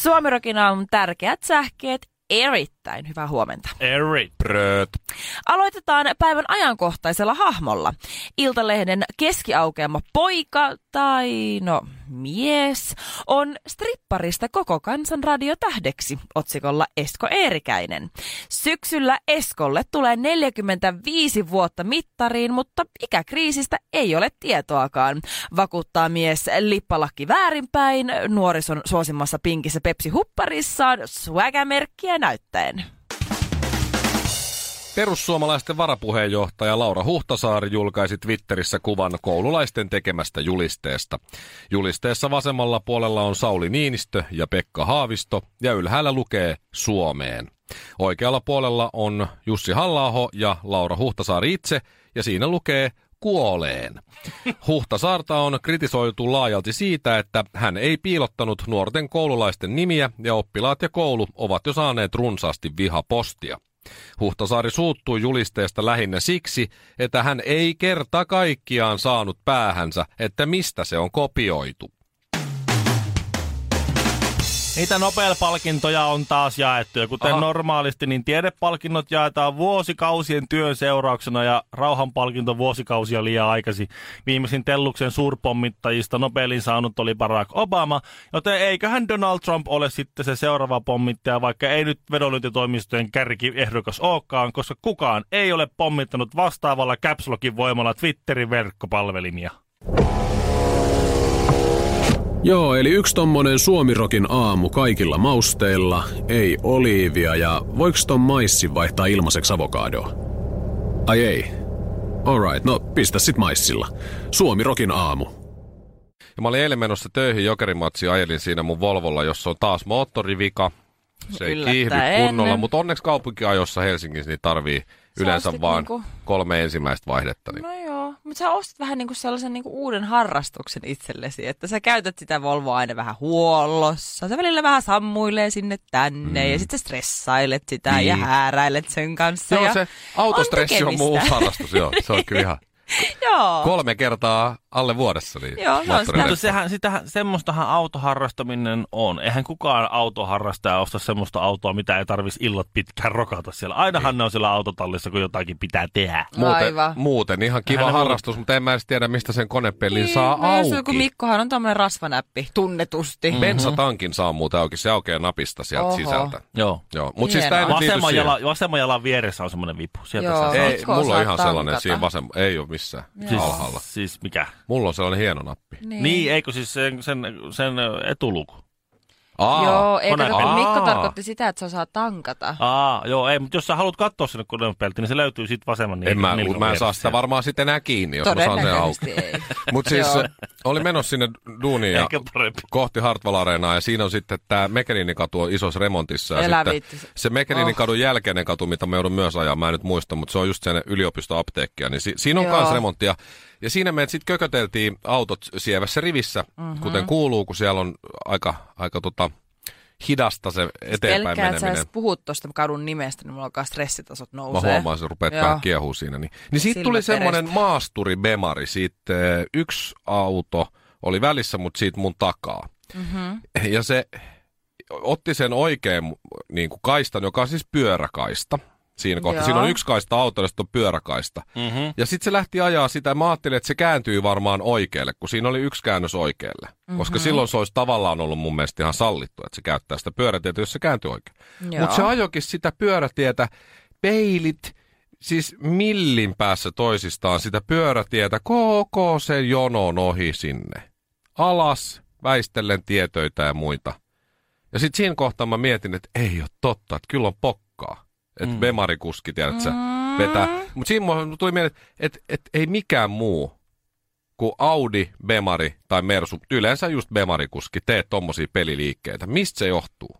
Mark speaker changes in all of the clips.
Speaker 1: Suomirokin aamun tärkeät sähkeet. Erittäin hyvää huomenta.
Speaker 2: Eri.
Speaker 3: Prööt.
Speaker 1: Aloitetaan päivän ajankohtaisella hahmolla. Iltalehden keskiaukeama poika tai no mies on stripparista koko kansan radiotähdeksi otsikolla Esko Eerikäinen. Syksyllä Eskolle tulee 45 vuotta mittariin, mutta ikäkriisistä ei ole tietoakaan. Vakuuttaa mies lippalakki väärinpäin, nuorison suosimassa pinkissä Pepsi hupparissaan, swagamerkkiä näyttäen.
Speaker 3: Perussuomalaisten varapuheenjohtaja Laura Huhtasaari julkaisi Twitterissä kuvan koululaisten tekemästä julisteesta. Julisteessa vasemmalla puolella on Sauli Niinistö ja Pekka Haavisto ja ylhäällä lukee Suomeen. Oikealla puolella on Jussi halla ja Laura Huhtasaari itse ja siinä lukee kuoleen. Huhtasaarta on kritisoitu laajalti siitä, että hän ei piilottanut nuorten koululaisten nimiä ja oppilaat ja koulu ovat jo saaneet runsaasti vihapostia. Huhtasaari suuttui julisteesta lähinnä siksi, että hän ei kerta kaikkiaan saanut päähänsä, että mistä se on kopioitu.
Speaker 2: Niitä Nobel-palkintoja on taas jaettu ja kuten
Speaker 3: Aha.
Speaker 2: Aha. normaalisti, niin tiedepalkinnot jaetaan vuosikausien työn seurauksena ja rauhanpalkinto vuosikausia liian aikaisin. Viimeisin Telluksen suurpommittajista Nobelin saanut oli Barack Obama, joten eiköhän Donald Trump ole sitten se seuraava pommittaja, vaikka ei nyt vedonlyöntitoimistojen kärkiehdokas olekaan, koska kukaan ei ole pommittanut vastaavalla Caps Lockin voimalla Twitterin verkkopalvelimia.
Speaker 4: Joo, eli yksi tommonen suomirokin aamu kaikilla mausteilla, ei oliivia ja voiks ton maissi vaihtaa ilmaiseksi avokadoa? Ai ei. Alright, no pistä sit maissilla. Suomirokin aamu.
Speaker 3: Ja mä olin eilen menossa töihin jokerimatsi ajelin siinä mun Volvolla, jossa on taas moottorivika. Se ei
Speaker 1: Yllättäen.
Speaker 3: kiihdy kunnolla, mutta onneksi kaupunkiajossa Helsingissä niin tarvii yleensä
Speaker 1: ostit
Speaker 3: vaan
Speaker 1: niinku-
Speaker 3: kolme ensimmäistä vaihdetta. Niin.
Speaker 1: No joo, mutta sä ostit vähän niinku sellaisen niinku uuden harrastuksen itsellesi, että sä käytät sitä Volvoa aina vähän huollossa. Sä välillä vähän sammuilee sinne tänne mm. ja sitten stressailet sitä niin. ja
Speaker 3: Niin.
Speaker 1: hääräilet sen kanssa.
Speaker 3: Joo,
Speaker 1: ja
Speaker 3: se autostressi on,
Speaker 1: tekemistä. Niin,
Speaker 3: muu harrastus, joo. Se on kyllä ihan
Speaker 1: Joo.
Speaker 3: kolme kertaa alle vuodessa. Niin
Speaker 1: Joo, no, se on sitä-
Speaker 3: moottorilenkki.
Speaker 2: Mutta sehän, sitähän, semmoistahan autoharrastaminen on. Eihän kukaan autoharrastaja osta semmoista autoa, mitä ei tarvitsisi illat pitkään rokata siellä. Ainahan ne on siellä autotallissa, kun jotakin pitää tehdä.
Speaker 3: Muuten,
Speaker 1: Aivan.
Speaker 3: muuten ihan kiva
Speaker 2: Hän on-
Speaker 3: harrastus, mutta en mä edes tiedä, mistä sen konepelin niin, saa
Speaker 1: mä just-
Speaker 3: auki.
Speaker 1: Kun no Mikkohan on tämmöinen rasvanäppi, tunnetusti. Mm.
Speaker 2: Mhm.
Speaker 3: Bensatankin saa muuten auki, se aukeaa napista sieltä
Speaker 1: Oho.
Speaker 3: Oho. sisältä.
Speaker 2: Joo.
Speaker 3: Joo, mutta siis
Speaker 1: Hienoa.
Speaker 3: tämä ei nyt liity
Speaker 2: Vasemman,
Speaker 3: siihen.
Speaker 2: jala, vasemman jalan vieressä on semmoinen vipu. Sieltä
Speaker 1: Joo.
Speaker 2: Joo. Sä
Speaker 3: Ei,
Speaker 1: Saatko
Speaker 3: mulla
Speaker 1: osaa
Speaker 3: on ihan sellainen
Speaker 1: tankata?
Speaker 3: siinä vasem... Ei ole missään
Speaker 2: siis,
Speaker 3: Joo. alhaalla.
Speaker 2: Siis mikä?
Speaker 3: Mulla on sellainen hieno nappi.
Speaker 2: Niin, niin eikö siis sen, sen, sen etuluku?
Speaker 3: Aa,
Speaker 1: Joo, ei
Speaker 2: kone-
Speaker 1: kato, kun Mikko
Speaker 3: Aa.
Speaker 1: tarkoitti sitä, että se osaa tankata.
Speaker 2: Aa, joo, ei, mutta jos sä haluat katsoa sinne konepeltiin, niin se löytyy sit vasemman
Speaker 3: en mä,
Speaker 2: nilkan
Speaker 3: mä en saa
Speaker 2: vieressä.
Speaker 3: sitä varmaan sitten enää kiinni, jos mä saan sen
Speaker 1: Todennäköisesti
Speaker 3: auki.
Speaker 1: ei.
Speaker 3: Mutta siis
Speaker 1: Joo.
Speaker 3: oli menossa sinne duuniin ja
Speaker 2: Ehkä parempi.
Speaker 3: kohti Hartwall Areenaa ja siinä on sitten tämä Mekelinin katu on isossa remontissa. Ja
Speaker 1: Elä
Speaker 3: sitten
Speaker 1: vitsi.
Speaker 3: se Mekelinin oh. kadun jälkeinen katu, mitä me joudun myös ajaa, mä en nyt muista, mutta se on just sen yliopistoapteekkia, niin si- siinä on
Speaker 1: Joo.
Speaker 3: myös remonttia. Ja siinä me sitten kököteltiin autot sievässä rivissä, mm-hmm.
Speaker 1: Mhm.
Speaker 3: kuten kuuluu, kun siellä on aika, aika tota, hidasta se
Speaker 1: Siis
Speaker 3: eteenpäin
Speaker 1: Pelkään, että sä
Speaker 3: meneminen.
Speaker 1: edes puhut tuosta kadun nimestä, niin mulla alkaa stressitasot
Speaker 3: Mä
Speaker 1: nousee.
Speaker 3: huomaan, että rupeat
Speaker 1: Joo.
Speaker 3: vähän kiehuu siinä. Niin, niin siitä
Speaker 1: Silmät
Speaker 3: tuli semmoinen
Speaker 1: veristä.
Speaker 3: maasturi bemari. Sitten eh, yksi auto oli välissä, mutta siitä mun takaa. Mm-hmm. Ja se otti sen oikein niin kuin kaistan, joka on siis pyöräkaista. Siinä kohtaa.
Speaker 1: Joo.
Speaker 3: Siinä on yksi kaista auto ja sitten on pyöräkaista.
Speaker 2: Mhm.
Speaker 3: Ja sitten se lähti ajaa sitä. Mä ajattelin, että se kääntyy varmaan oikealle, kun siinä oli yksi käännös oikealle. Mm-hmm. Koska silloin se olisi tavallaan ollut mun mielestä ihan sallittu, että se käyttää sitä pyörätietä, jos se kääntyy oikein.
Speaker 1: Joo.
Speaker 3: Mutta se ajokin sitä pyörätietä, peilit, siis millin päässä toisistaan sitä pyörätietä, koko se jonon ohi sinne. Alas, väistellen tietöitä ja muita. Ja sitten siinä kohtaa mä mietin, että ei ole totta, että kyllä on pokkaa. Että mm. Bemari-kuski, tiedät sä, vetää. Mutta siinä mulla tuli mieleen, että et, et ei mikään muu kun Audi, Bemari tai Mersu, yleensä just Bemari-kuski, tee tommosia peliliikkeitä? Mistä se johtuu?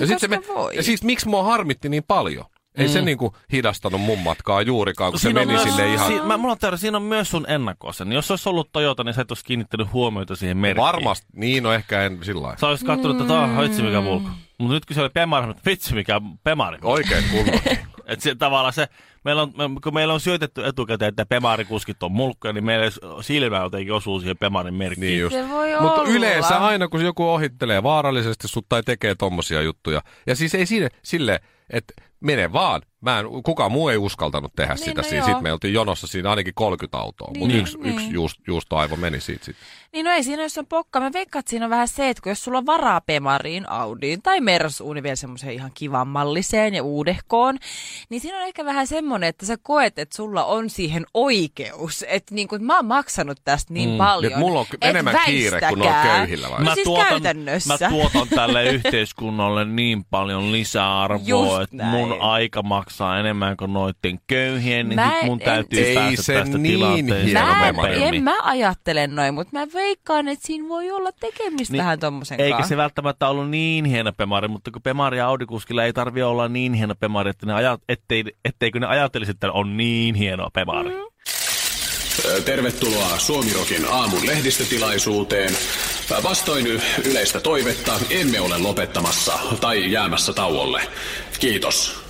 Speaker 3: Ja, sit se me,
Speaker 1: koska voi.
Speaker 3: ja siis miksi mua harmitti niin paljon? Ei mm. se niinku hidastanut mun matkaa juurikaan, kun
Speaker 2: Siinä
Speaker 3: se
Speaker 2: on
Speaker 3: meni
Speaker 2: myös,
Speaker 3: sille ihan...
Speaker 2: Si, mä, mulla on teoria, siinä on myös sun ennakkoasen. Jos se olisi ollut Toyota, niin sä et olisi kiinnittänyt huomiota siihen merkkiin.
Speaker 3: Varmasti, niin no ehkä en sillä lailla.
Speaker 2: Sä olisit katsonut, että tämä on vitsi mikä vulku. Mutta nyt kun se oli Pemari, niin vitsi mikä Pemari.
Speaker 3: Oikein niin kunnon.
Speaker 2: Et se, tavallaan se, meillä on, me- kun meillä on syötetty etukäteen, että Pemari-kuskit on mulkkuja, niin meillä s- silmä jotenkin osuu siihen Pemarin merkkiin.
Speaker 3: Niin just.
Speaker 1: Se voi
Speaker 3: Mutta
Speaker 1: olla.
Speaker 3: yleensä aina, kun joku ohittelee vaarallisesti sut tai tekee tommosia juttuja. Ja siis ei sille, sille että mene vaan. Mä en, kuka muu ei uskaltanut tehdä
Speaker 1: Niin, no
Speaker 3: sitä. siinä.
Speaker 1: joo.
Speaker 3: Sitten me oltiin jonossa siinä ainakin 30 autoa. Niin,
Speaker 1: Niin,
Speaker 3: Mutta yksi,
Speaker 1: niin.
Speaker 3: yksi juust, juusto aivo meni siitä sitten.
Speaker 1: Niin no ei siinä, jos on pokka. Mä veikkaan, että siinä on vähän se, että kun jos sulla on varaa Pemariin, Audiin tai Mersuun, niin vielä semmoiseen ihan kivan malliseen ja uudehkoon, niin siinä on ehkä vähän semmoinen, että sä koet, että sulla on siihen oikeus. Että niin kuin, mä oon maksanut tästä niin mm. paljon.
Speaker 3: Nyt mulla on ky-
Speaker 1: et
Speaker 3: enemmän kiire, kun on
Speaker 1: väistäkää.
Speaker 3: köyhillä vai?
Speaker 1: No siis käytännössä.
Speaker 2: mä tuotan tälle yhteiskunnalle niin paljon
Speaker 1: Just
Speaker 2: lisäarvoa, että
Speaker 1: näin.
Speaker 2: mun aika maksaa enemmän kuin noiden köyhien, niin
Speaker 1: Mä
Speaker 2: sit mun
Speaker 1: en-
Speaker 2: täytyy
Speaker 3: Ei
Speaker 2: päästä
Speaker 3: se
Speaker 2: tästä
Speaker 3: niin
Speaker 2: tilanteesta
Speaker 3: hieno
Speaker 1: Mä en,
Speaker 3: Pemari.
Speaker 2: nopeammin. Niin-
Speaker 1: en mä ajattele noin, mutta mä veikkaan, että siinä voi olla tekemistä niin, vähän tommosen
Speaker 2: Eikä
Speaker 1: kanssa.
Speaker 2: se välttämättä ollut niin hieno pemari, mutta kun pemari ja audikuskilla ei tarvi olla niin hieno pemari, että ne aja, ettei, etteikö ne ajattelisi, että on niin hieno pemari.
Speaker 1: Mm-hmm.
Speaker 2: Mm.
Speaker 4: Ö, Tervetuloa Suomirokin aamun lehdistötilaisuuteen. Ö, Vastoin y- yleistä toivetta, emme ole lopettamassa tai jäämässä tauolle. Kiitos.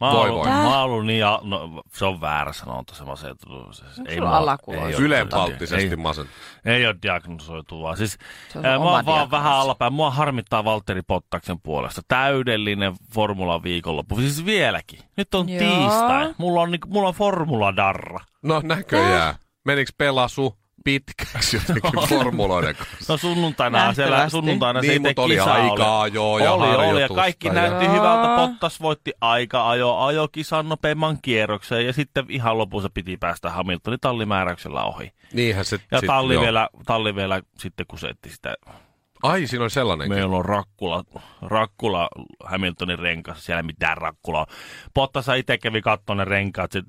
Speaker 2: Mä
Speaker 3: Voi
Speaker 2: oon ollut,
Speaker 3: voi.
Speaker 2: mä oon ollut niin, ja, no, se on väärä sanonta, se masentunut. Siis, ei
Speaker 1: sulla
Speaker 2: mä-
Speaker 1: alakulossa?
Speaker 2: ei oo-
Speaker 3: Ylenpalttisesti
Speaker 2: ei-
Speaker 3: masen.
Speaker 2: Ei ole diagnosoituvaa. Siis,
Speaker 1: Se on
Speaker 2: ää,
Speaker 1: sun
Speaker 2: mä
Speaker 1: oma
Speaker 2: oon vaan
Speaker 1: diagnoosi.
Speaker 2: vähän alapäin. Mua harmittaa Valtteri Pottaksen puolesta. Täydellinen formula viikonloppu. Siis vieläkin. Nyt on
Speaker 1: Joo.
Speaker 2: Joo. tiistai. Mulla on, niinku, mulla on formuladarra.
Speaker 3: No
Speaker 1: Äh.
Speaker 3: näköjään. Meniks pelasu pitkäksi jotenkin formuloiden kanssa?
Speaker 2: No sunnuntaina
Speaker 1: Nähtävästi.
Speaker 2: siellä sunnuntaina se
Speaker 3: Niin,
Speaker 2: itse
Speaker 3: mut oli
Speaker 2: kisa
Speaker 3: aikaa
Speaker 2: oli.
Speaker 3: joo ja
Speaker 2: oli, oli, ja
Speaker 3: harjoitusta
Speaker 2: kaikki
Speaker 3: ja-
Speaker 2: näytti
Speaker 1: Joo.
Speaker 2: hyvältä. Pottas voitti aika ajo, ajo kisan nopeimman kierrokseen ja sitten ihan lopussa piti päästä Hamiltonin tallimääräyksellä ohi.
Speaker 3: Niinhän se
Speaker 2: Ja
Speaker 3: sit-
Speaker 2: talli,
Speaker 3: joo.
Speaker 2: vielä, talli vielä sitten kusetti sitä
Speaker 3: Ai, siinä oli sellainenkin.
Speaker 2: Meillä on Rakkula, Rakkula Hamiltonin renkas, siellä ei mitään Rakkulaa. Pottasa itse kävi kattoon ne renkaat se,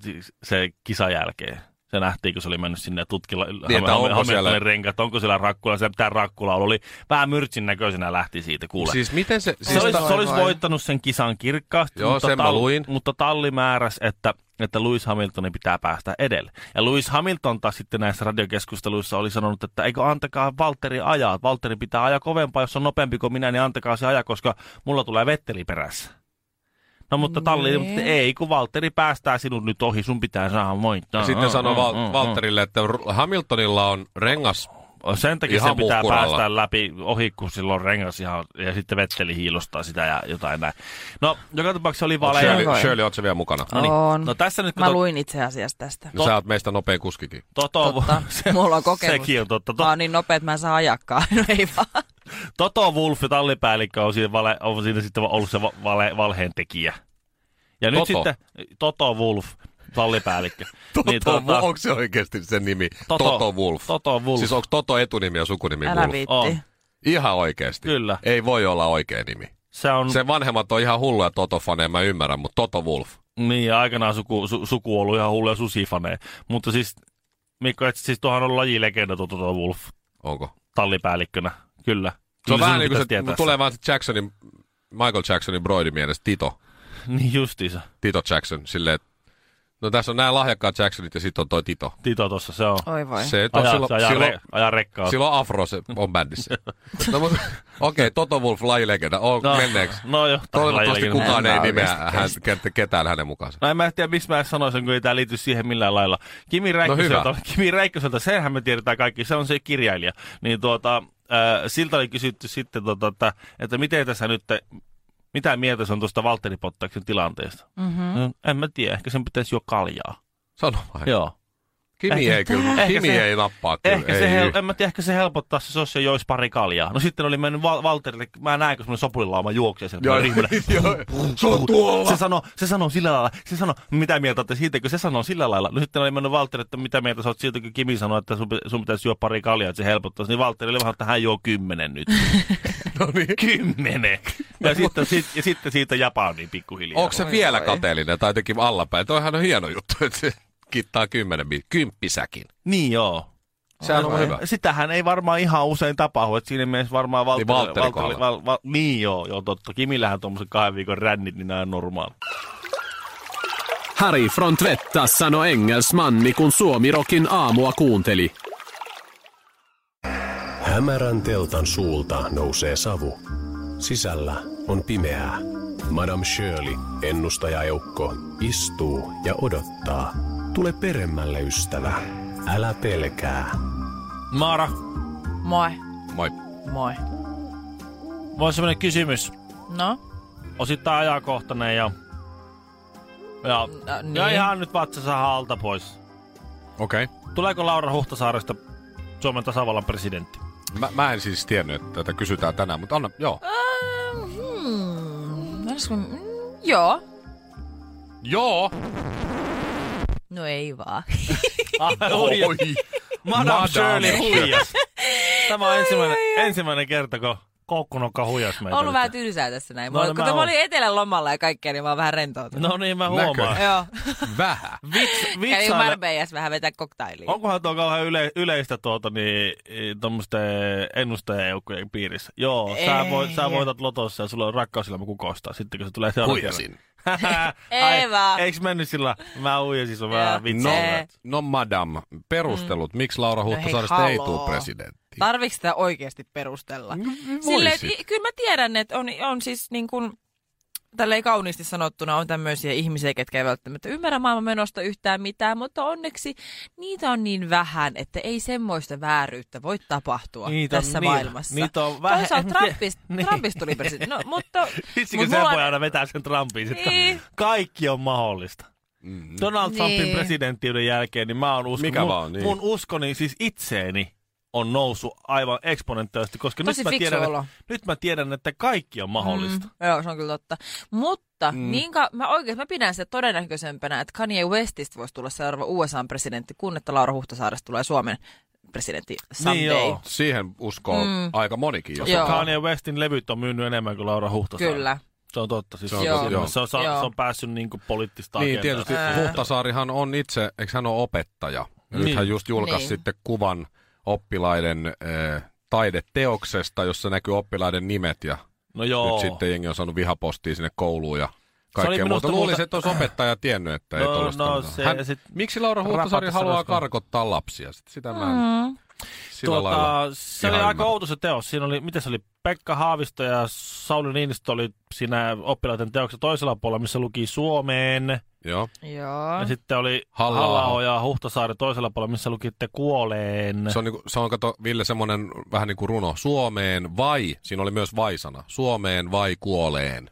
Speaker 2: se kisan jälkeen. Se nähtiin, kun se oli mennyt sinne tutkilla
Speaker 3: Niin, että onko
Speaker 2: Hamiltonin
Speaker 3: siellä-
Speaker 2: renkaat, onko siellä Rakkula, siellä mitään Rakkulaa ollut. Oli vähän myrtsin näköisenä lähti siitä, kuule.
Speaker 3: Siis miten se...
Speaker 2: se,
Speaker 3: Siis
Speaker 2: olisi,
Speaker 3: ta-
Speaker 2: se olisi voittanut sen kisan kirkkaasti,
Speaker 3: Joo,
Speaker 2: mutta,
Speaker 3: sen mä luin.
Speaker 2: mutta talli määräsi, että, että Lewis Hamiltonin pitää päästä edelle. Ja Lewis Hamilton taas sitten näissä radiokeskusteluissa oli sanonut, että eikö antakaa Valtteri ajaa. Valtteri pitää ajaa kovempaa, jos on nopeampi kuin minä, niin antakaa se ajaa, koska mulla tulee vetteli perässä. No mutta talli,
Speaker 3: Niin.
Speaker 1: Nee.
Speaker 2: mutta ei, kun Valtteri päästää sinut nyt ohi, sun pitää saada voittaa. Mm,
Speaker 3: Ja sitten sanoi Val- Valterille, että Ru- Hamiltonilla on rengas.
Speaker 2: Sen takia
Speaker 3: Ihan
Speaker 2: se pitää
Speaker 3: muhkuralla.
Speaker 2: päästä läpi ohi, kun silloin rengas ihan, ja sitten vetteli hiilostaa sitä ja jotain näin. No, joka tapauksessa oli valeja.
Speaker 3: Shirley,
Speaker 1: Vai-
Speaker 3: Shirley, oot se vielä mukana?
Speaker 2: No niin.
Speaker 1: On.
Speaker 2: No tässä nyt, kun
Speaker 1: Mä
Speaker 2: to,
Speaker 1: luin itse asiassa tästä.
Speaker 3: No, sä oot meistä nopea kuskikin.
Speaker 2: Toto,
Speaker 1: Totta. Mulla on kokemus.
Speaker 2: Sekin on totta.
Speaker 1: Mä
Speaker 2: To,
Speaker 1: oon niin nopea, että mä en saa ajakaan. No ei vaan.
Speaker 2: Toto Wolff, tallipäällikkö, on siinä, vale, on siinä sitten ollut se va- vale, valheen tekijä. Ja nyt
Speaker 3: Toto.
Speaker 2: sitten Toto Wolff, tallipäällikkö.
Speaker 3: Toto, niin, tota, onko se oikeasti sen nimi? Toto, Toto Wolf.
Speaker 2: Toto Wolff.
Speaker 3: Siis onko Toto etunimi ja sukunimi
Speaker 1: Älä
Speaker 3: Wolf?
Speaker 2: On.
Speaker 1: viitti.
Speaker 3: Ihan oikeasti.
Speaker 2: Kyllä. Mm.
Speaker 3: Ei voi olla oikea nimi.
Speaker 2: se on, se...
Speaker 3: Sen vanhemmat on ihan hulluja Toto-faneja, mä ymmärrän, mutta Toto Wolf.
Speaker 2: niin, ja aikanaan suku, su, suku ollut ihan hulluja susifaneja. Mutta siis, Mikko, et, siis tuohan on lajilegenda tuo Toto Wolff
Speaker 3: Onko?
Speaker 2: tallipäällikkönä. Kyllä.
Speaker 3: Se on
Speaker 2: Kyllä
Speaker 3: vähän
Speaker 2: sinun
Speaker 3: niin kuin
Speaker 2: pitäisi
Speaker 3: se
Speaker 2: tietää se.
Speaker 3: tulee vaan se Jacksonin, Michael Jacksonin broidi mielestä Tito.
Speaker 2: Niin justiinsa.
Speaker 3: Tito Jackson, silleen, että no tässä on nämä lahjakkaat Jacksonit ja sitten on toi Tito.
Speaker 2: Tito tuossa se on.
Speaker 1: Oi voi.
Speaker 3: Se, että on
Speaker 2: Ajaa,
Speaker 3: silloin,
Speaker 2: se ajaa,
Speaker 3: silloin,
Speaker 2: re, ajaa rekkaa.
Speaker 3: Silloin afro se on bändissä. no, mutta, okei, Toto Wolf lajilegenda. Oh, no, menneeksi.
Speaker 2: No joo.
Speaker 3: Toivottavasti
Speaker 2: lajilegenda.
Speaker 3: kukaan
Speaker 1: En
Speaker 3: ei niin
Speaker 1: mä
Speaker 3: nimeä
Speaker 1: oikeasti
Speaker 3: hän, ket- ketään hänen mukaansa.
Speaker 2: No en mä tiedä, miksi mä edes sanoisin, kun ei tämä liity siihen millään lailla. Kimi Räikköseltä,
Speaker 3: No hyvä.
Speaker 2: Kimi Räikköseltä, senhän me tiedetään kaikki, se on se kirjailija. Niin tuota, äh, siltä oli kysytty sitten, tuota, että, että miten tässä nyt, mitä mieltä se on tuosta Valtteri Pottaksen tilanteesta? Mm-hmm. No, en mä tiedä, ehkä sen pitäisi jo kaljaa.
Speaker 3: Sano vain.
Speaker 2: Joo.
Speaker 3: Kimi ei kyllä,
Speaker 2: Ehkä
Speaker 3: Kimi
Speaker 2: se-
Speaker 3: ei nappaa kyllä.
Speaker 2: Ehkä
Speaker 3: ei
Speaker 2: se, hel-
Speaker 3: yhtään.
Speaker 2: en mä tiedä, ehkä se helpottaa se, jos se joisi pari kaljaa. No sitten oli mennyt Val- Valterille, mä näin, kun semmoinen sopulilauma juoksee sieltä.
Speaker 3: Joo,
Speaker 2: semmoinen ihminen.
Speaker 3: joo, se on tuolla.
Speaker 2: No niin, Se sanoo, se sanoo sillä lailla, se sanoo, mitä mieltä olette siitä, kun se sanoo sillä lailla. No sitten oli mennyt Valtteri, että mitä mieltä sä oot siitä, kun Kimi sanoi, että sun, pitä- sun pitäisi juoda pari kaljaa, että se helpottaisi. Niin Valtteri oli vähän, että hän juo kymmenen nyt.
Speaker 3: No niin.
Speaker 2: Kymmenen! Ja, sitten, sit, ja sitten siitä Japaniin pikkuhiljaa.
Speaker 3: Onko se
Speaker 1: Oi,
Speaker 3: vielä
Speaker 1: oi.
Speaker 3: kateellinen tai jotenkin allapäin? Toihan on hieno juttu. Että se, kittaa kymmenen bil, kymppisäkin.
Speaker 2: Niin joo.
Speaker 3: Sehän on
Speaker 2: Aivan.
Speaker 3: hyvä.
Speaker 2: Sitähän ei varmaan ihan usein tapahdu, että siinä mielessä varmaan Valtteri...
Speaker 3: Niin Valtteri kohdalla.
Speaker 2: val, val, niin joo, joo totta. Kimillähän tuommoisen kahden viikon rännit, niin nämä on normaali.
Speaker 4: Harry från Tvetta sanoi engelsmanni, kun Suomirokin aamua kuunteli.
Speaker 5: Hämärän teltan suulta nousee savu. Sisällä on pimeää. Madame Shirley, ennustajaeukko, istuu ja odottaa. Tule peremmälle, ystävä. Älä pelkää.
Speaker 2: Maara,
Speaker 1: Moi.
Speaker 3: Moi.
Speaker 1: Moi.
Speaker 2: mulla on sellainen kysymys.
Speaker 1: No?
Speaker 2: Osittain ajankohtainen ja... Ja,
Speaker 1: No, niin.
Speaker 2: ja ihan nyt vatsassa alta pois.
Speaker 3: Okei. Okay.
Speaker 2: Tuleeko Laura Huhtasaaresta Suomen tasavallan presidentti?
Speaker 3: Mä, mä, en siis tiennyt, että tätä kysytään tänään, mutta anna, joo.
Speaker 1: Äh, hmm. Olisiko- mm, Joo.
Speaker 3: Joo!
Speaker 1: No ei vaan.
Speaker 3: Oi. Madame Shirley
Speaker 2: huijas. Tämä on ensimmäinen, ensimmäinen kerta, kun koukkunokka huijas meitä.
Speaker 1: On ollut vähän
Speaker 2: nyt.
Speaker 1: tylsää tässä näin.
Speaker 2: No,
Speaker 1: No,
Speaker 2: no
Speaker 1: kun
Speaker 2: mä
Speaker 1: mä
Speaker 2: oon.
Speaker 1: olin etelän lomalla ja kaikkea, niin mä oon vähän rentoutunut.
Speaker 2: No niin, mä huomaan.
Speaker 1: Joo.
Speaker 3: Vähän.
Speaker 2: Vits,
Speaker 1: Kävin
Speaker 2: vitsaile,
Speaker 1: Marbeias vähän vetää koktailia.
Speaker 2: Onkohan tuo kauhean yle, yleistä tuota, niin, i- tuommoisten ennustajajoukkojen piirissä? Joo, sä,
Speaker 1: Ei.
Speaker 2: voit, sä voitat lotossa ja sulla on rakkausilma kukoistaa, sitten kun se tulee seuraavaksi.
Speaker 3: Huijasin.
Speaker 2: Ai,
Speaker 1: Ei vaan.
Speaker 2: Eiks mennyt sillä? Mä huijasin sun
Speaker 1: Joo.
Speaker 2: vähän
Speaker 3: No,
Speaker 2: vitsailla.
Speaker 3: no madam, perustelut, mm. miksi Laura Huhtasaaresta
Speaker 1: hei,
Speaker 3: ei
Speaker 1: haloo.
Speaker 3: tule presidentti?
Speaker 1: Tarviiko sitä oikeasti
Speaker 2: No,
Speaker 1: perustella? Silleen,
Speaker 3: voisi.
Speaker 1: et- kyllä mä tiedän, että on, on siis niin kuin, tälleen kauniisti sanottuna on tämmöisiä ihmisiä, ketkä ei välttämättä ymmärrä maailman menosta yhtään mitään, mutta onneksi niitä on niin vähän, että ei semmoista vääryyttä voi tapahtua
Speaker 2: Niitä on
Speaker 1: tässä
Speaker 2: niin-
Speaker 1: maailmassa.
Speaker 2: niitä on vähän-
Speaker 1: Toisaalta Trumpista,
Speaker 2: Niin.
Speaker 1: Trumpista tuli presidentti. No, mutta,
Speaker 2: Vitsikö
Speaker 1: mut
Speaker 2: se
Speaker 1: mulla
Speaker 2: voi aina vetää sen Trumpin sitten?
Speaker 1: Niin.
Speaker 2: Kaikki on mahdollista. Mm. Donald Trumpin
Speaker 1: Niin.
Speaker 2: presidenttiyden jälkeen, niin mä oon uskon,
Speaker 3: Mikä
Speaker 2: mun,
Speaker 3: vaan, niin.
Speaker 2: mun uskoni siis itseeni on noussut aivan eksponentiaalisesti, koska
Speaker 1: Tosi
Speaker 2: nyt mä,
Speaker 1: fiksu
Speaker 2: tiedän,
Speaker 1: olo.
Speaker 2: nyt mä tiedän, että kaikki on mahdollista.
Speaker 1: Mm, joo, se on kyllä totta. Mutta mm. niinkä, mä oikein, mä pidän sitä todennäköisempänä, että Kanye Westistä voisi tulla seuraava USA-presidentti, kun että Laura Huhtasaaresta tulee Suomen presidentti someday.
Speaker 2: Niin joo.
Speaker 3: Siihen uskoo mm.
Speaker 1: Mm.
Speaker 3: aika monikin, jos
Speaker 1: Joo.
Speaker 3: on
Speaker 2: Kanye Westin levyt on myynyt enemmän kuin Laura Huhtasaari.
Speaker 1: Kyllä.
Speaker 2: Se on totta. Siis
Speaker 3: Se
Speaker 2: se,
Speaker 3: on
Speaker 2: on,
Speaker 3: Joo. totta,
Speaker 2: se, on, se,
Speaker 1: joo.
Speaker 2: on, se on päässyt niin kuin poliittista
Speaker 3: Niin,
Speaker 2: agendaa.
Speaker 3: tietysti Huhtasaarihan on itse, eikö hän ole opettaja? Ja Nyt
Speaker 2: Niin.
Speaker 3: hän just julkaisi
Speaker 1: Niin.
Speaker 3: sitten kuvan oppilaiden eh, taideteoksesta, jossa näkyy oppilaiden nimet ja
Speaker 2: No
Speaker 3: oh.
Speaker 2: joo.
Speaker 3: nyt sitten jengi on saanut vihapostia sinne kouluun ja
Speaker 2: oli
Speaker 3: kaikkea muuta.
Speaker 2: minusta
Speaker 3: Luulisin,
Speaker 2: muuta-
Speaker 3: että olisi opettaja tiennyt, että ei
Speaker 2: No,
Speaker 3: tuollaista
Speaker 2: no,
Speaker 3: kannata.
Speaker 2: se
Speaker 3: hän,
Speaker 2: sit-
Speaker 3: Miksi Laura Huhtasaari
Speaker 2: Rapatessa
Speaker 3: haluaa
Speaker 2: raskalla.
Speaker 3: karkottaa lapsia? Sit Sitä mä
Speaker 1: Mm.
Speaker 3: en sillä lailla
Speaker 2: Tuota, se oli
Speaker 3: ihan
Speaker 2: aika
Speaker 3: ymmärrä.
Speaker 2: outo se teos. Siinä oli, miten se oli, Pekka Haavisto ja Sauli Niinistö oli siinä oppilaiden teoksessa toisella puolella, missä luki Suomeen.
Speaker 3: Joo.
Speaker 1: Joo.
Speaker 2: Ja sitten oli
Speaker 3: Halla-aho.
Speaker 2: halla ja Huhtasaari toisella puolella, missä luki te kuoleen.
Speaker 3: Se on, niinku, se on kato, Ville, semmoinen vähän niin kuin runo. Suomeen vai, siinä oli myös vai-sana. Suomeen vai kuoleen.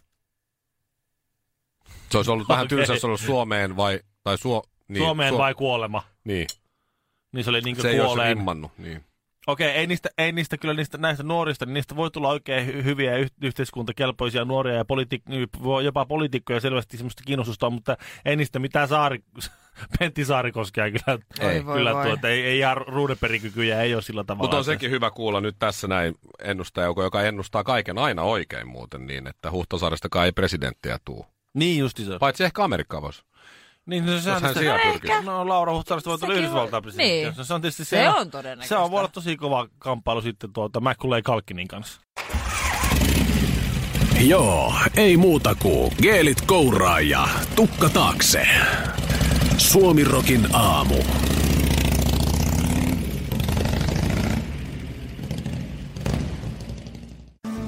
Speaker 3: Se olisi ollut vähän
Speaker 2: Okei.
Speaker 3: tylsä, jos olisi ollut Suomeen vai, tai suo, niin,
Speaker 2: Suomeen
Speaker 3: suo-
Speaker 2: vai kuolema?
Speaker 3: Niin,
Speaker 2: Niin se oli niin
Speaker 3: se ei olisi
Speaker 2: kuoleen.
Speaker 3: rimmannut. Niin.
Speaker 2: Okei, ei niistä, ei niistä kyllä niistä, näistä nuorista, niin niistä voi tulla oikein hy- hyviä ja yh- yhteiskuntakelpoisia nuoria ja politi- voi jopa poliitikkoja selvästi semmoista kiinnostusta on, mutta ei niistä mitään saari, Pentti Saarikoskea kyllä,
Speaker 1: Ei, voi,
Speaker 2: kyllä
Speaker 1: voi.
Speaker 2: Tuota, ei, ei ihan ruudeperikykyjä ei ole sillä tavalla.
Speaker 3: Mutta on
Speaker 2: että-
Speaker 3: sekin hyvä kuulla nyt tässä näin ennustaja, joka ennustaa kaiken aina oikein muuten niin, että Huhtasaarestakaan ei presidenttiä tuu.
Speaker 2: Niin justi se.
Speaker 3: Paitsi ehkä Amerikkaa voisi.
Speaker 2: Niin, no,
Speaker 3: Jos
Speaker 2: sehän
Speaker 3: hän
Speaker 2: tästä-
Speaker 3: siellä pyrkii.
Speaker 2: No Laura Huhtasaaresta voi tulla
Speaker 1: Sekin
Speaker 2: Yhdysvaltain
Speaker 1: voi-
Speaker 2: presidentti.
Speaker 1: niin.
Speaker 2: No, Se on tietysti
Speaker 1: Se on todennäköistä.
Speaker 2: Se on voi olla tosi kova kamppailu sitten tuota McCulley Kalkkinin kanssa.
Speaker 5: Joo, ei muuta kuin geelit kouraa ja tukka taakse. Suomirokin aamu.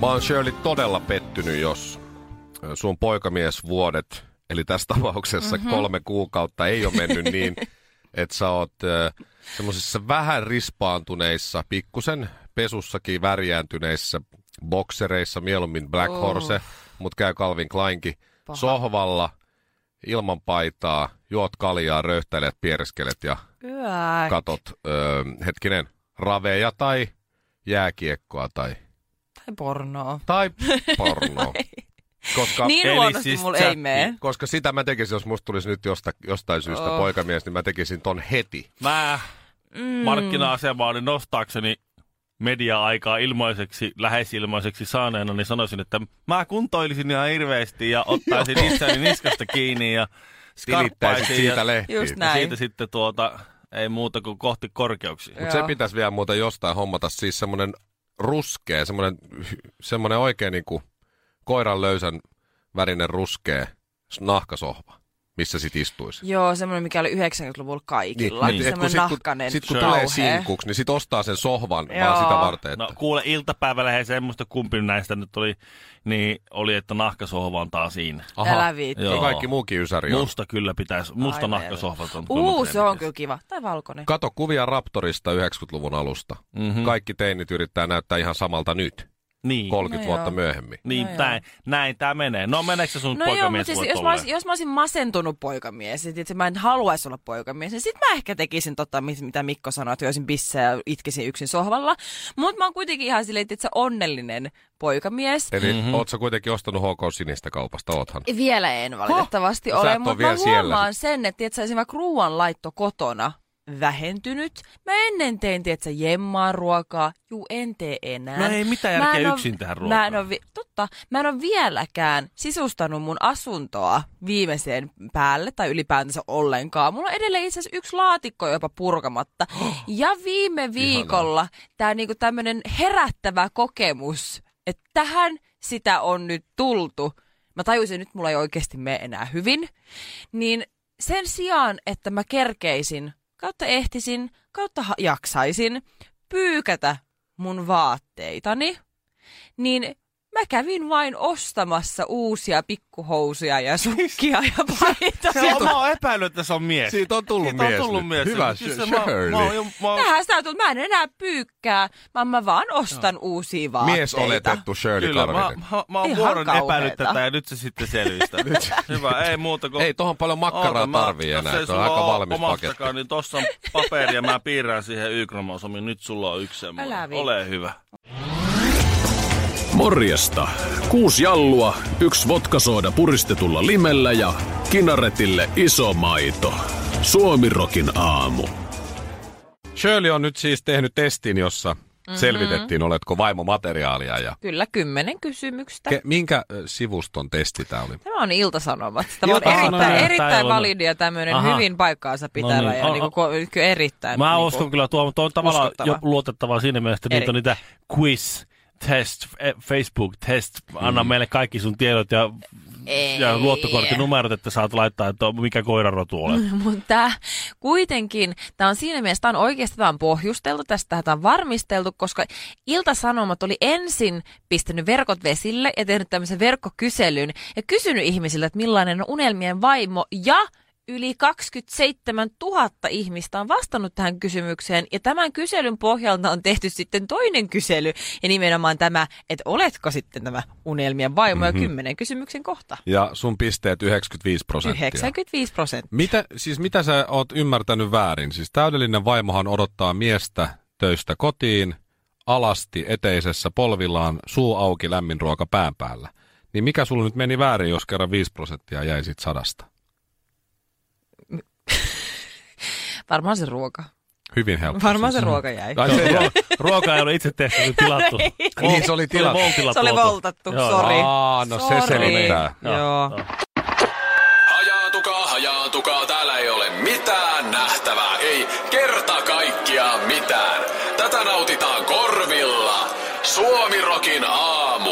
Speaker 3: Mä oon Shirley todella pettynyt, jos sun poikamiesvuodet, eli tässä tapauksessa mm-hmm. kolme kuukautta, ei ole mennyt niin, että sä oot äh, semmoisissa vähän rispaantuneissa, pikkusen pesussakin värjääntyneissä boksereissa, mieluummin Black
Speaker 1: Oh.
Speaker 3: Horse, mutta käy Calvin Kleinkin sohvalla ilman paitaa, juot kaljaa, röyhtäilet, piereskelet ja
Speaker 1: Yäk.
Speaker 3: katot, öö, hetkinen, raveja tai jääkiekkoa tai,
Speaker 1: Tai pornoa.
Speaker 3: tai pornoa. Koska Niin,
Speaker 1: Niin
Speaker 2: eli
Speaker 1: huonosti
Speaker 2: siis
Speaker 1: mulla ei
Speaker 2: chatti.
Speaker 1: mene.
Speaker 3: Koska sitä mä tekisin, jos musta tulisi nyt josta, jostain syystä oh.
Speaker 1: Oh.
Speaker 3: poikamies, niin mä tekisin ton heti.
Speaker 2: Mä
Speaker 1: Mm.
Speaker 2: markkina-asemaa niin nostaakseni media-aikaa ilmaiseksi, lähes ilmaiseksi saaneena, niin sanoisin, että mä kuntoilisin ihan hirveästi ja ottaisin itseni niskasta kiinni ja
Speaker 3: tilittäisit
Speaker 2: skarppaisin
Speaker 3: siitä lehtiin.
Speaker 1: Just
Speaker 2: ja
Speaker 1: näin.
Speaker 2: siitä sitten tuota, ei muuta kuin kohti korkeuksia.
Speaker 3: Mutta se
Speaker 1: Joo.
Speaker 3: pitäisi vielä muuten jostain hommata, siis semmoinen ruskea, semmoinen, semmoinen oikein niin kuin koiran löysän värinen ruskea nahkasohva, missä sit istuisi.
Speaker 1: Joo, semmoinen, mikä oli 90-luvulla kaikilla. Niin,
Speaker 3: et
Speaker 1: semmoinen
Speaker 3: sit, kun,
Speaker 1: nahkanen
Speaker 3: sit, kun
Speaker 1: kauhea.
Speaker 3: tulee sinkuksi, niin sit ostaa sen sohvan Joo. vaan
Speaker 1: Joo.
Speaker 3: sitä varten. Että...
Speaker 2: No kuule, iltapäivällä ei semmoista kumpi näistä nyt oli, niin oli, että nahkasohva on taas siinä.
Speaker 1: Älä viitti.
Speaker 3: Ja
Speaker 2: Joo.
Speaker 3: kaikki muukin ysäri on.
Speaker 2: Musta kyllä pitäisi, musta
Speaker 1: Ai
Speaker 2: nahkasohva on.
Speaker 1: Uu, se on kyllä kiva. Tai valkoinen.
Speaker 3: Kato kuvia Raptorista 90-luvun alusta.
Speaker 2: Mm-hmm.
Speaker 3: Kaikki teinit yrittää näyttää ihan samalta nyt,
Speaker 2: niin.
Speaker 3: 30
Speaker 1: No
Speaker 3: vuotta
Speaker 1: joo.
Speaker 3: myöhemmin.
Speaker 2: Niin,
Speaker 1: No
Speaker 2: no
Speaker 1: joo.
Speaker 2: näin, näin tämä menee. No meneekö se sun
Speaker 1: No joo, mutta
Speaker 2: poikamies
Speaker 1: siis
Speaker 2: voi
Speaker 1: jos mä,
Speaker 2: tolleen?
Speaker 1: olisin, jos mä olisin masentunut poikamies, että mä en haluaisi olla poikamies, niin sit mä ehkä tekisin tota, mit- mitä Mikko sanoi, että joisin bissejä ja itkisin yksin sohvalla. Mutta mä oon kuitenkin ihan silleen, että se onnellinen poikamies.
Speaker 3: Eli mm-hmm. oot sä kuitenkin ostanut HK Sinistä kaupasta, oothan.
Speaker 1: Vielä en valitettavasti
Speaker 3: Sä
Speaker 1: ole,
Speaker 3: et oo
Speaker 1: mutta
Speaker 3: vielä
Speaker 1: mä
Speaker 3: siellä
Speaker 1: huomaan sen, että tietsä, esimerkiksi vaikka ruoan laitto kotona vähentynyt. Mä ennen tein, tietsä, jemmaa ruokaa. Juu, en tee enää.
Speaker 2: No ei mitään
Speaker 1: Mä en
Speaker 2: järkeä
Speaker 1: oo-
Speaker 2: yksin tehdä
Speaker 1: Mä
Speaker 2: ruokaa.
Speaker 1: en oo, vi- totta, mä en ole vieläkään sisustanut mun asuntoa viimeiseen päälle tai ylipäätänsä ollenkaan. Mulla on edelleen itse asiassa yksi laatikko jopa purkamatta. Ja viime viikolla tämä niinku tämmönen herättävä kokemus, että tähän sitä on nyt tultu. Mä tajusin, että nyt mulla ei oikeasti mene enää hyvin. Niin sen sijaan, että mä kerkeisin, kautta ehtisin, kautta ha- jaksaisin pyykätä mun vaatteitani, niin mä kävin vain ostamassa uusia pikkuhousuja ja sukkia ja
Speaker 2: Se on,
Speaker 1: paitoja.
Speaker 2: mä oon epäillyt, että se on mies.
Speaker 3: Siitä on tullut
Speaker 2: Siitä on
Speaker 3: mies
Speaker 2: tullut
Speaker 3: nyt.
Speaker 2: mies.
Speaker 3: Hyvä,
Speaker 2: Kyllä
Speaker 3: Shir-
Speaker 2: se- mä oon-
Speaker 3: Shirley.
Speaker 2: Mä, oon jo- mä, oon-
Speaker 1: Tähän sitä tullut, mä en enää pyykkää, vaan mä vaan ostan uusia vaatteita.
Speaker 3: Mies oletettu Shirley
Speaker 2: Kyllä, mä,
Speaker 3: Karvinen.
Speaker 2: mä, mä oon
Speaker 1: Ihan
Speaker 2: vuoron
Speaker 1: kauheeta.
Speaker 2: epäillyt tätä ja nyt se sitten selvistä. Hyvä, ei muuta kuin...
Speaker 3: Ei tohon paljon makkaraa
Speaker 2: Oota, mä-
Speaker 3: tarvii
Speaker 2: jos
Speaker 3: enää,
Speaker 2: ei
Speaker 3: se on
Speaker 2: sulla
Speaker 3: aika
Speaker 2: oo
Speaker 3: valmis
Speaker 2: omastakaan,
Speaker 3: paketti.
Speaker 2: niin tossa on paperia, mä piirrän siihen Y-kromosomin. Nyt sulla on yksi semmoinen.
Speaker 1: Älä viitti.
Speaker 2: Ole hyvä.
Speaker 5: Morjesta. Kuusi jallua, yksi vodkasooda puristetulla limellä ja kinaretille iso maito. Suomirokin aamu.
Speaker 3: Shirley on nyt siis tehnyt testin, jossa mm-hmm. selvitettiin, oletko vaimomateriaalia. Ja
Speaker 1: Kyllä, kymmenen kysymystä.
Speaker 3: ke, minkä ö, sivuston testi tämä oli?
Speaker 1: Tämä on iltasanomat. Tämä on
Speaker 2: Iltasanomat.
Speaker 1: erittäin,
Speaker 2: Tää ei
Speaker 1: erittäin
Speaker 2: ollut.
Speaker 1: validia tämmöinen
Speaker 2: Aha.
Speaker 1: hyvin paikkaansa pitävä
Speaker 2: No niin.
Speaker 1: ja
Speaker 2: On-
Speaker 1: niinku, ko- kyllä erittäin.
Speaker 2: Mä
Speaker 1: niinku-
Speaker 2: uskon kyllä tuo, mutta on tavallaan jo
Speaker 1: uskottava.
Speaker 2: luotettavaa siinä mielessä, että niitä on
Speaker 1: Eri.
Speaker 2: niitä quiz test, eh, Facebook test, anna meille kaikki sun tiedot ja,
Speaker 1: Ei.
Speaker 2: ja luottokorttinumerot, että saat laittaa, että mikä koirarotu olet.
Speaker 1: mutta kuitenkin tämä on siinä mielessä, tämä on oikeasti tämä on pohjusteltu, tästä tämä on varmisteltu, koska Ilta-Sanomat oli ensin pistänyt verkot vesille ja tehnyt tämmöisen verkkokyselyn ja kysynyt ihmisiltä, että millainen on unelmien vaimo ja Yli 27 000 ihmistä on vastannut tähän kysymykseen ja tämän kyselyn pohjalta on tehty sitten toinen kysely ja nimenomaan tämä, että oletko sitten tämä unelmien vaimo ja kymmenen kysymyksen kohta.
Speaker 3: Ja sun pisteet 95 prosenttia.
Speaker 1: 95 prosenttia.
Speaker 3: Mitä, siis mitä sä oot ymmärtänyt väärin? Siis täydellinen vaimohan odottaa miestä töistä kotiin, alasti eteisessä polvillaan, suu auki, lämmin ruoka pään päällä. Niin mikä sulla nyt meni väärin, jos kerran 5 prosenttia jäi sit sadasta?
Speaker 1: Varmaan se ruoka.
Speaker 3: Hyvin helppo.
Speaker 1: Varmaan se ruoka jäi.
Speaker 3: Ai se jäi.
Speaker 2: Ruoka ei ole itse tehty, se oli tilattu.
Speaker 3: Niin, se oli tilattu.
Speaker 2: voltilla
Speaker 1: Se oli
Speaker 2: tuotu.
Speaker 1: voltattu,
Speaker 2: Joo,
Speaker 1: sori.
Speaker 3: Aa, no se
Speaker 1: Sori.
Speaker 3: selittää.
Speaker 2: joo,
Speaker 1: Joo.
Speaker 2: joo.
Speaker 5: Hajaatukaa, hajaatukaa, täällä ei ole mitään nähtävää, ei kerta kaikkiaan mitään. Tätä nautitaan korvilla. Suomirokin aamu.